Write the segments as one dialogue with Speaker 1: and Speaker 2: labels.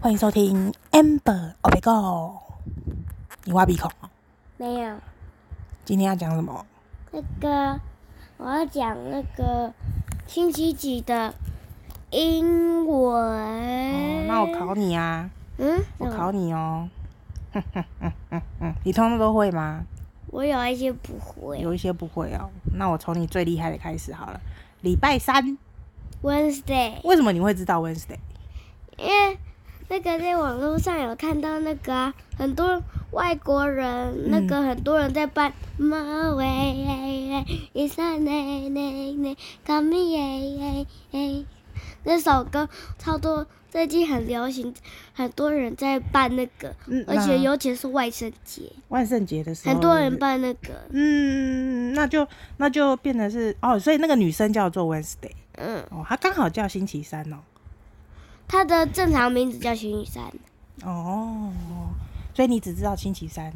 Speaker 1: 欢迎收听 Amber 哦别够，你挖鼻孔哦。
Speaker 2: 没有，
Speaker 1: 今天要讲什么？
Speaker 2: 那个我要讲那个星期几的英
Speaker 1: 哦
Speaker 2: 文。
Speaker 1: 那我考你啊，
Speaker 2: 嗯，
Speaker 1: 我考你哦。哼哼哼哼哼 你通通都会吗？
Speaker 2: 我有一些不会。
Speaker 1: 有一些不会哦。那我从你最厉害的开始好了。礼拜三，
Speaker 2: Wednesday，
Speaker 1: 为什么你会知道 Wednesday？
Speaker 2: 因为那个在网络上有看到那个啊、很多外国人，那个很多人在办马尾耶耶，一三呢呢呢，卡米耶耶耶，那首歌超多，最近很流行，很多人在办那个。
Speaker 1: 嗯，
Speaker 2: 而且尤其是万圣节，
Speaker 1: 那万圣节的时候，
Speaker 2: 很多
Speaker 1: 是不
Speaker 2: 人
Speaker 1: 是
Speaker 2: 办那个，
Speaker 1: 嗯，那就那就变成是哦，所以那个女生叫做 Wednesday
Speaker 2: 嗯，
Speaker 1: 哦，她刚好叫星期三哦。
Speaker 2: 它的正常名字叫星期三，
Speaker 1: 哦，所以你只知道星期三，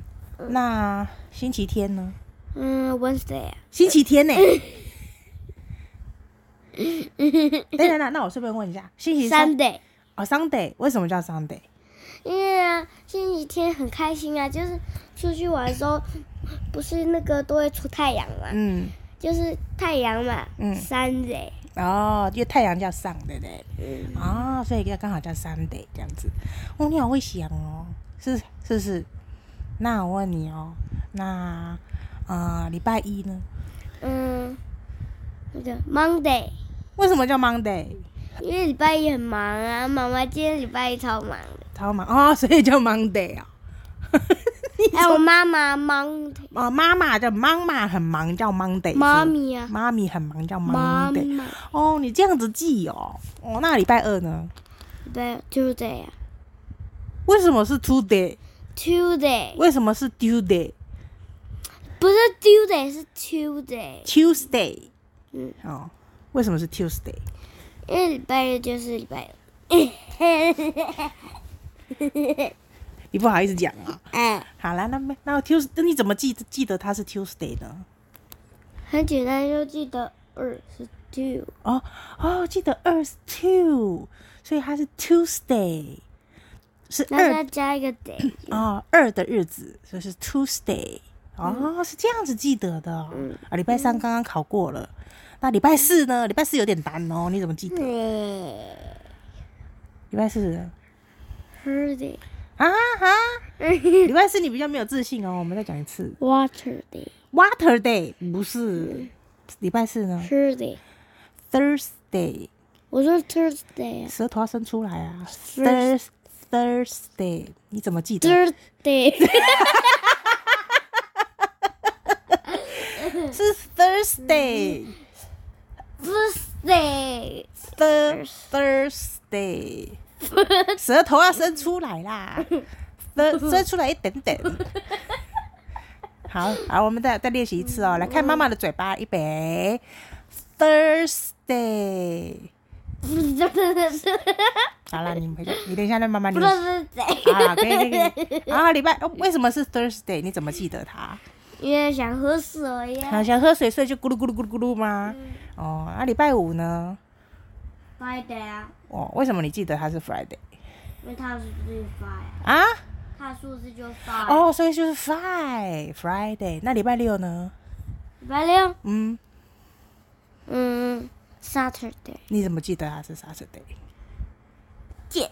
Speaker 1: 那星期天呢？
Speaker 2: 嗯，Wednesday，啊
Speaker 1: 星期天呢、等等等，那我顺便问一下，星期三
Speaker 2: ，Sunday，
Speaker 1: 哦，Sunday 为什么叫 Sunday？
Speaker 2: 因为啊，星期天很开心啊，就是出去玩的时候，不是那个都会出太阳嘛，
Speaker 1: 嗯，
Speaker 2: 就是太阳嘛
Speaker 1: 嗯
Speaker 2: ，Sunday，
Speaker 1: 哦，因为太阳叫 Sun，对不对？
Speaker 2: 嗯，
Speaker 1: 哦，所以刚好叫 Sunday 这样子。哦，你好会想哦，是是不是？那我问你哦，那呃礼拜一呢？
Speaker 2: 嗯，那个 Monday，
Speaker 1: 为什么叫 Monday？
Speaker 2: 因为礼拜一很忙啊，妈妈今天礼拜一超忙的，
Speaker 1: 超忙哦， 所以叫 Monday 哦。 你
Speaker 2: 还有妈妈 Monday，
Speaker 1: 哦，妈妈叫妈妈很忙，叫 Monday 是吗。
Speaker 2: 妈咪啊，
Speaker 1: 妈咪很忙，叫
Speaker 2: 妈
Speaker 1: Monday。
Speaker 2: 妈，
Speaker 1: 哦，你这样子记哦。哦，那礼拜二呢？
Speaker 2: 对，啊就是这样。
Speaker 1: 为什么是 Tuesday？
Speaker 2: Tuesday，
Speaker 1: 为什么是 Tuesday？Tuesday
Speaker 2: 不是 Tuesday 是 Tuesday，
Speaker 1: Tuesday
Speaker 2: 嗯，
Speaker 1: 哦，为什么是 Tuesday？
Speaker 2: 因为礼拜日就是礼拜日。
Speaker 1: 你不好意思讲啊。
Speaker 2: 嗯，
Speaker 1: 好啦，那没那 Tuesday，那你怎么记记得它是 Tuesday 呢？
Speaker 2: 很简单，就记得二是 two。
Speaker 1: 哦哦，记得二是 two，所以它是 Tuesday，是
Speaker 2: 那
Speaker 1: 二
Speaker 2: 再加一个 day，
Speaker 1: 哦，二的日子，所以是 Tuesday。哦，是这样子记得的、哦。啊，礼拜三刚刚考过了，那礼拜四呢？礼拜四有点难哦，你怎么记得？
Speaker 2: 嗯
Speaker 1: 礼、嗯拜四
Speaker 2: ，Thursday，
Speaker 1: 啊哈，礼拜四你比较没有自信哦。我们再讲一次
Speaker 2: Water Day，Thursday，
Speaker 1: ，Water Day 不是礼拜四呢，Thursday，
Speaker 2: 我说 Thursday 啊
Speaker 1: 舌头要伸出来啊
Speaker 2: Thurs-
Speaker 1: ，Thurs Thursday，你怎么记得？
Speaker 2: ，Thursday，
Speaker 1: 是 Thursday。
Speaker 2: Thursday，
Speaker 1: Thur- Thursday，舌头要伸出来啦，伸伸出来一点点。好，好，我们再再练习一次哦。来看妈妈的嘴巴，预备，Thursday。好了，你回家，你等一下让妈妈练习。
Speaker 2: Thursday，
Speaker 1: 啊，可以可以可以。啊，礼拜、哦为什么是 Thursday？你怎么记得它？
Speaker 2: 因为想喝水呀
Speaker 1: 啊，想喝水，所以就咕噜咕噜咕噜咕噜吗？哦，啊，礼拜五呢？
Speaker 2: ，Friday 啊，
Speaker 1: 哦，为什么你记得它是 Friday
Speaker 2: 因为它是最发呀，
Speaker 1: 啊？
Speaker 2: 它数字就发。
Speaker 1: 哦，所以就是 Friday Friday。那礼拜六呢？
Speaker 2: 礼拜六，
Speaker 1: 嗯，
Speaker 2: 嗯，Saturday。
Speaker 1: 你怎么记得它是 Saturday？
Speaker 2: 见，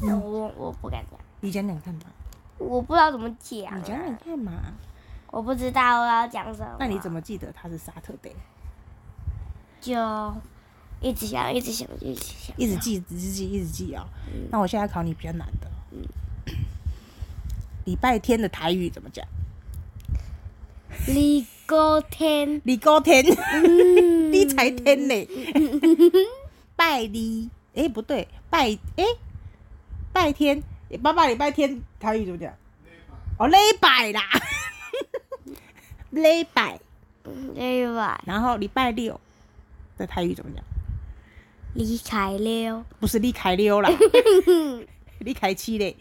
Speaker 2: 我我不敢讲，
Speaker 1: 你讲讲看嘛，
Speaker 2: 我不知道怎么讲
Speaker 1: 你讲
Speaker 2: 啊，
Speaker 1: 讲看嘛。
Speaker 2: 我不知道我要讲什么。啊
Speaker 1: 那你怎
Speaker 2: 么
Speaker 1: 么记得它是 Saturday？
Speaker 2: 就一直想，一直想，一直想？
Speaker 1: 一直记，一直记，一直记哦。那我现在考你比较难的。礼拜天的台语怎么讲？
Speaker 2: 李高天，
Speaker 1: 礼高天， 你才天嘞！拜礼，哎、不对，拜哎、拜天，爸爸礼拜天台语怎么讲？哦，礼拜啦， 礼拜。
Speaker 2: 嗯对吧？
Speaker 1: 然后礼拜六的台语怎么讲？
Speaker 2: 李凯溜，
Speaker 1: 不是礼拜六啦，礼拜七嘞。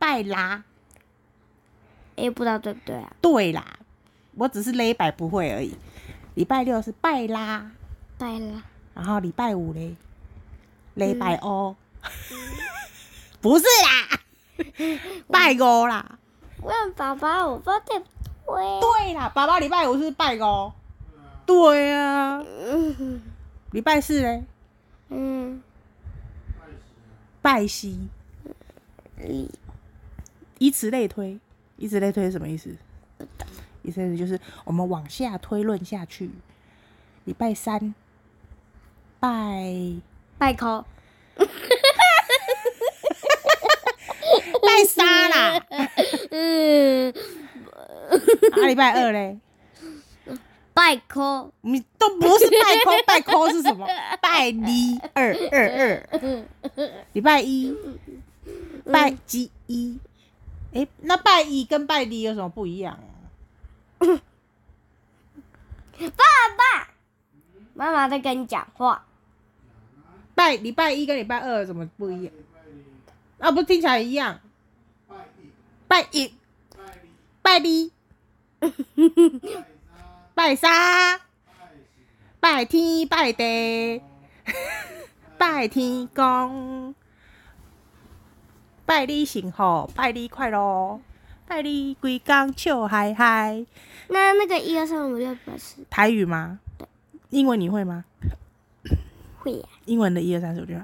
Speaker 1: 拜啦，
Speaker 2: 哎，不知道对不对啊？
Speaker 1: 对啦，我只是礼拜不会而已。礼拜六是拜啦，
Speaker 2: 拜了，
Speaker 1: 然后礼拜五嘞，礼拜五。嗯不是 啦，拜五啦。
Speaker 2: 问爸爸，我不对不对？
Speaker 1: 对啦，爸爸礼拜五是拜五。对啊，
Speaker 2: 嗯
Speaker 1: 礼拜四嘞，
Speaker 2: 嗯，
Speaker 1: 拜西，
Speaker 2: 礼
Speaker 1: 以此类推。以此类推是什么意思？以此类推就是我们往下推论下去。礼拜三，拜
Speaker 2: 拜口，
Speaker 1: 拜三啦。
Speaker 2: 嗯，
Speaker 1: 啊，礼拜二嘞，
Speaker 2: 拜口，
Speaker 1: 你都不是拜空，拜空是什么？拜一二二二，礼拜一，拜几一？哎、那拜一跟拜一有什么不一样啊？
Speaker 2: 爸爸，妈妈在跟你讲话，
Speaker 1: 拜礼拜一跟礼拜二有什么不一样？啊，不是听起来一样？拜一，拜一，拜三，拜天，拜地，拜天公，拜你幸福，拜你快乐，拜你规工笑嗨嗨。
Speaker 2: 那那个一二三五六八是
Speaker 1: 台语吗？英文你会吗？
Speaker 2: 会呀。
Speaker 1: 英文的一二三四五六。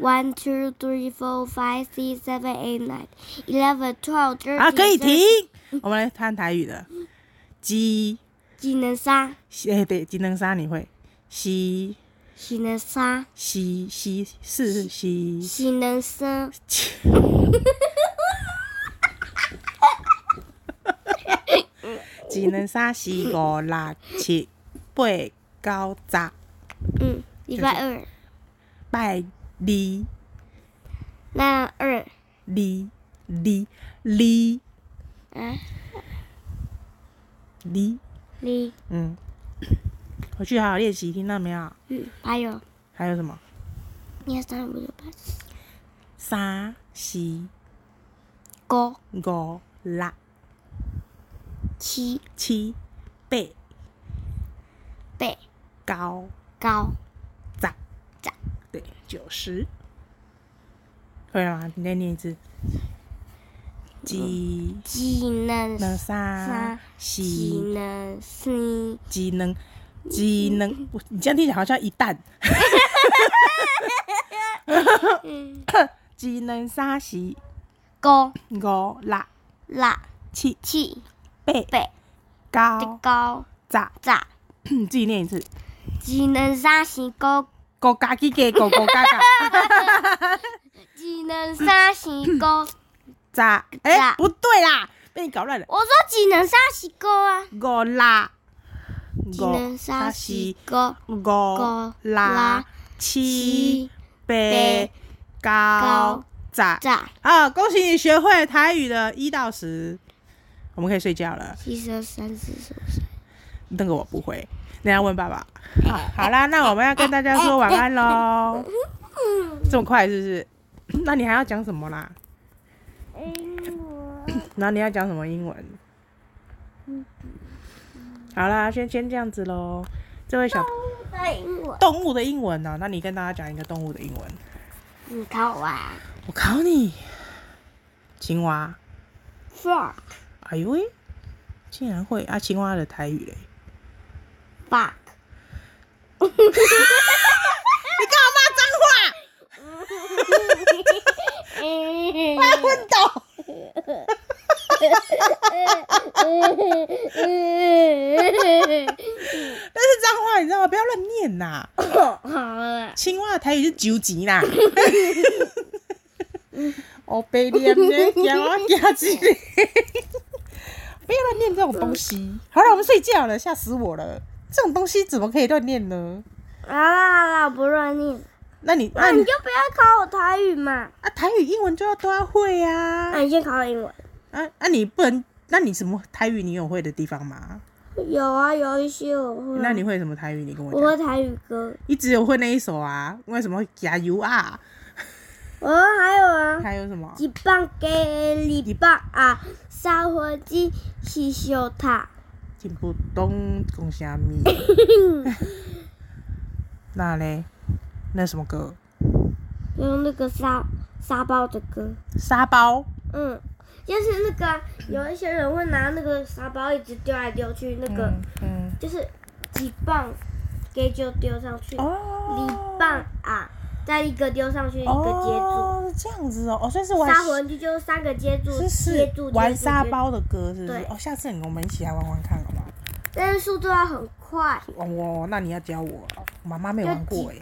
Speaker 2: One, two, three, four, five, six, seven, eight, nine, eleven, twelve, thirteen.
Speaker 1: 啊，可以停。我们来看台语的，鸡，
Speaker 2: 技能杀，
Speaker 1: 哎、对，技能杀你会，西
Speaker 2: 技能杀，
Speaker 1: 西西是西，
Speaker 2: 技能生，
Speaker 1: 技能杀西五六七八九十，
Speaker 2: 嗯，礼拜二，
Speaker 1: 拜二
Speaker 2: 那二，
Speaker 1: 二二二
Speaker 2: 啊，
Speaker 1: 二，
Speaker 2: 你，
Speaker 1: 嗯，回去好好练习，听到没有？
Speaker 2: 嗯，还有
Speaker 1: 还有什么？
Speaker 2: 一二三五六八
Speaker 1: 三四
Speaker 2: 九
Speaker 1: 五六
Speaker 2: 七
Speaker 1: 七八
Speaker 2: 八
Speaker 1: 九十，
Speaker 2: 九十
Speaker 1: 对，九十，会了吗？你再念一次。
Speaker 2: 嗯
Speaker 1: 技
Speaker 2: 技能
Speaker 1: 能三
Speaker 2: 三
Speaker 1: 四
Speaker 2: 技能四
Speaker 1: 技能技
Speaker 2: 嗯
Speaker 1: 能，我你这样听起来好像一 蛋。技能三四
Speaker 2: 九
Speaker 1: 五六
Speaker 2: 六
Speaker 1: 七
Speaker 2: 七
Speaker 1: 八
Speaker 2: 八
Speaker 1: 九
Speaker 2: 九
Speaker 1: 十，
Speaker 2: 十。
Speaker 1: 自己念一次。
Speaker 2: 技能三是九，
Speaker 1: 国家去给狗狗嘎嘎。
Speaker 2: 技能三是九。
Speaker 1: 咋？ 哎、
Speaker 2: 咋
Speaker 1: 不对啦，被你搞乱了。
Speaker 2: 我说技能三十个啊，
Speaker 1: 五啦，
Speaker 2: 技
Speaker 1: 五
Speaker 2: 能三十个，
Speaker 1: 五
Speaker 2: 五
Speaker 1: 啦
Speaker 2: 啦
Speaker 1: 七
Speaker 2: 七
Speaker 1: 八九
Speaker 2: 九
Speaker 1: 十。
Speaker 2: 炸
Speaker 1: 啊，恭喜你学会台语的一到十，我们可以睡觉了。
Speaker 2: 七十二三四十五
Speaker 1: 那个我不会，那要问爸爸。好，好啦，那我们要跟大家说晚安喽。这么快是不是？那你还要讲什么啦？然后你要讲什么英文？好啦，先先这样子喽。这位小
Speaker 2: 我
Speaker 1: 动物的英文呢、那你跟大家讲一个动物的英文。
Speaker 2: 你考完
Speaker 1: 我考你，青蛙。
Speaker 2: frog
Speaker 1: 哎呦喂，竟然会啊！青蛙的台语嘞？
Speaker 2: bug
Speaker 1: 你干嘛骂脏话？昏倒。但是脏话你知道吗？不要乱念呐。
Speaker 2: 好了，
Speaker 1: 青蛙的台语是九级啦。哦，被念的， 惊我惊死嘞！不要乱念这种东西。好了，我们睡觉了，吓死我了！这种东西怎么可以乱念呢？
Speaker 2: 好啦好啦，我不乱念，
Speaker 1: 那你
Speaker 2: 那
Speaker 1: 那
Speaker 2: 你
Speaker 1: 你
Speaker 2: 就不要考我台语嘛，
Speaker 1: 啊，台语、英文就要都要会呀、啊。
Speaker 2: 那你先考英文。
Speaker 1: 啊啊，你不能，那你什么台语你有会的地方吗？
Speaker 2: 有啊，有一些我会啊，
Speaker 1: 那你会什么台语？你跟我
Speaker 2: 我
Speaker 1: 讲。
Speaker 2: 会台语歌，
Speaker 1: 你只有会那一首啊？为什么会加油啊？
Speaker 2: 哦，还有啊。
Speaker 1: 还有什么？
Speaker 2: 一棒给礼棒啊，烧火鸡是小塔，
Speaker 1: 听不懂讲啥咪？ 那嘞，那什么歌？
Speaker 2: 用那个沙沙包的歌，
Speaker 1: 沙包，
Speaker 2: 嗯，就是那个啊、有一些人会拿那个沙包一直丢来丢去，那个、
Speaker 1: 嗯嗯，
Speaker 2: 就是几棒给就丢上去，
Speaker 1: 哦，
Speaker 2: 礼嗯棒啊，再一个丢上去一个接住，
Speaker 1: 哦，这样子哦，哦，所以是玩
Speaker 2: 杀魂剧就是三个接住，
Speaker 1: 是
Speaker 2: 接
Speaker 1: 是
Speaker 2: 住
Speaker 1: 玩
Speaker 2: 接住
Speaker 1: 沙
Speaker 2: 接住
Speaker 1: 包的歌，是不是
Speaker 2: 对？
Speaker 1: 哦，下次你跟我们一起来玩玩看，好不好？
Speaker 2: 但是速度要很快，
Speaker 1: 哦，我那你要教我，妈妈没有
Speaker 2: 要
Speaker 1: 玩
Speaker 2: 几
Speaker 1: 过哎，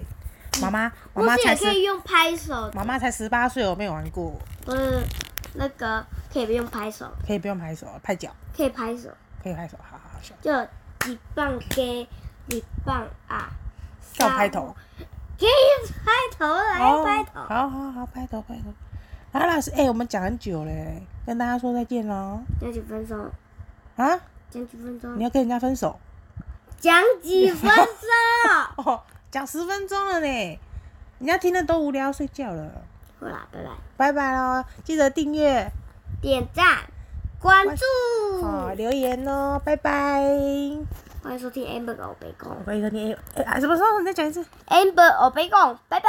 Speaker 1: 妈妈妈
Speaker 2: 或
Speaker 1: 妈
Speaker 2: 是
Speaker 1: 才
Speaker 2: 也
Speaker 1: 十
Speaker 2: 可以用拍手的，
Speaker 1: 妈妈才十八岁，我没有玩过，
Speaker 2: 不是那个可以不用拍手，
Speaker 1: 可以不用拍手，拍脚，
Speaker 2: 可以拍手，
Speaker 1: 可以拍手，好好好，笑
Speaker 2: 就几棒给几棒啊，
Speaker 1: 叫拍头，哦
Speaker 2: 可以拍头了，要拍头。
Speaker 1: 好好好，拍头拍头。啊，老师，哎、我们讲很久嘞，跟大家说再见喽。
Speaker 2: 讲几分钟？
Speaker 1: 啊，
Speaker 2: 讲几分
Speaker 1: 你
Speaker 2: 钟？
Speaker 1: 要跟人家分手
Speaker 2: 讲几分钟？
Speaker 1: 哦，讲十分钟了呢，人家听得都无聊睡觉了，
Speaker 2: 好啦，拜拜，
Speaker 1: 拜拜喽，记得订阅
Speaker 2: 点赞、关注，
Speaker 1: 哦，留言哦，拜拜。
Speaker 2: 欢迎收听 Amber 欧贝
Speaker 1: 我
Speaker 2: 贡
Speaker 1: 跟你说，你哎、啊，什么时候你再讲一次？
Speaker 2: ，Amber 欧贝贡，拜拜。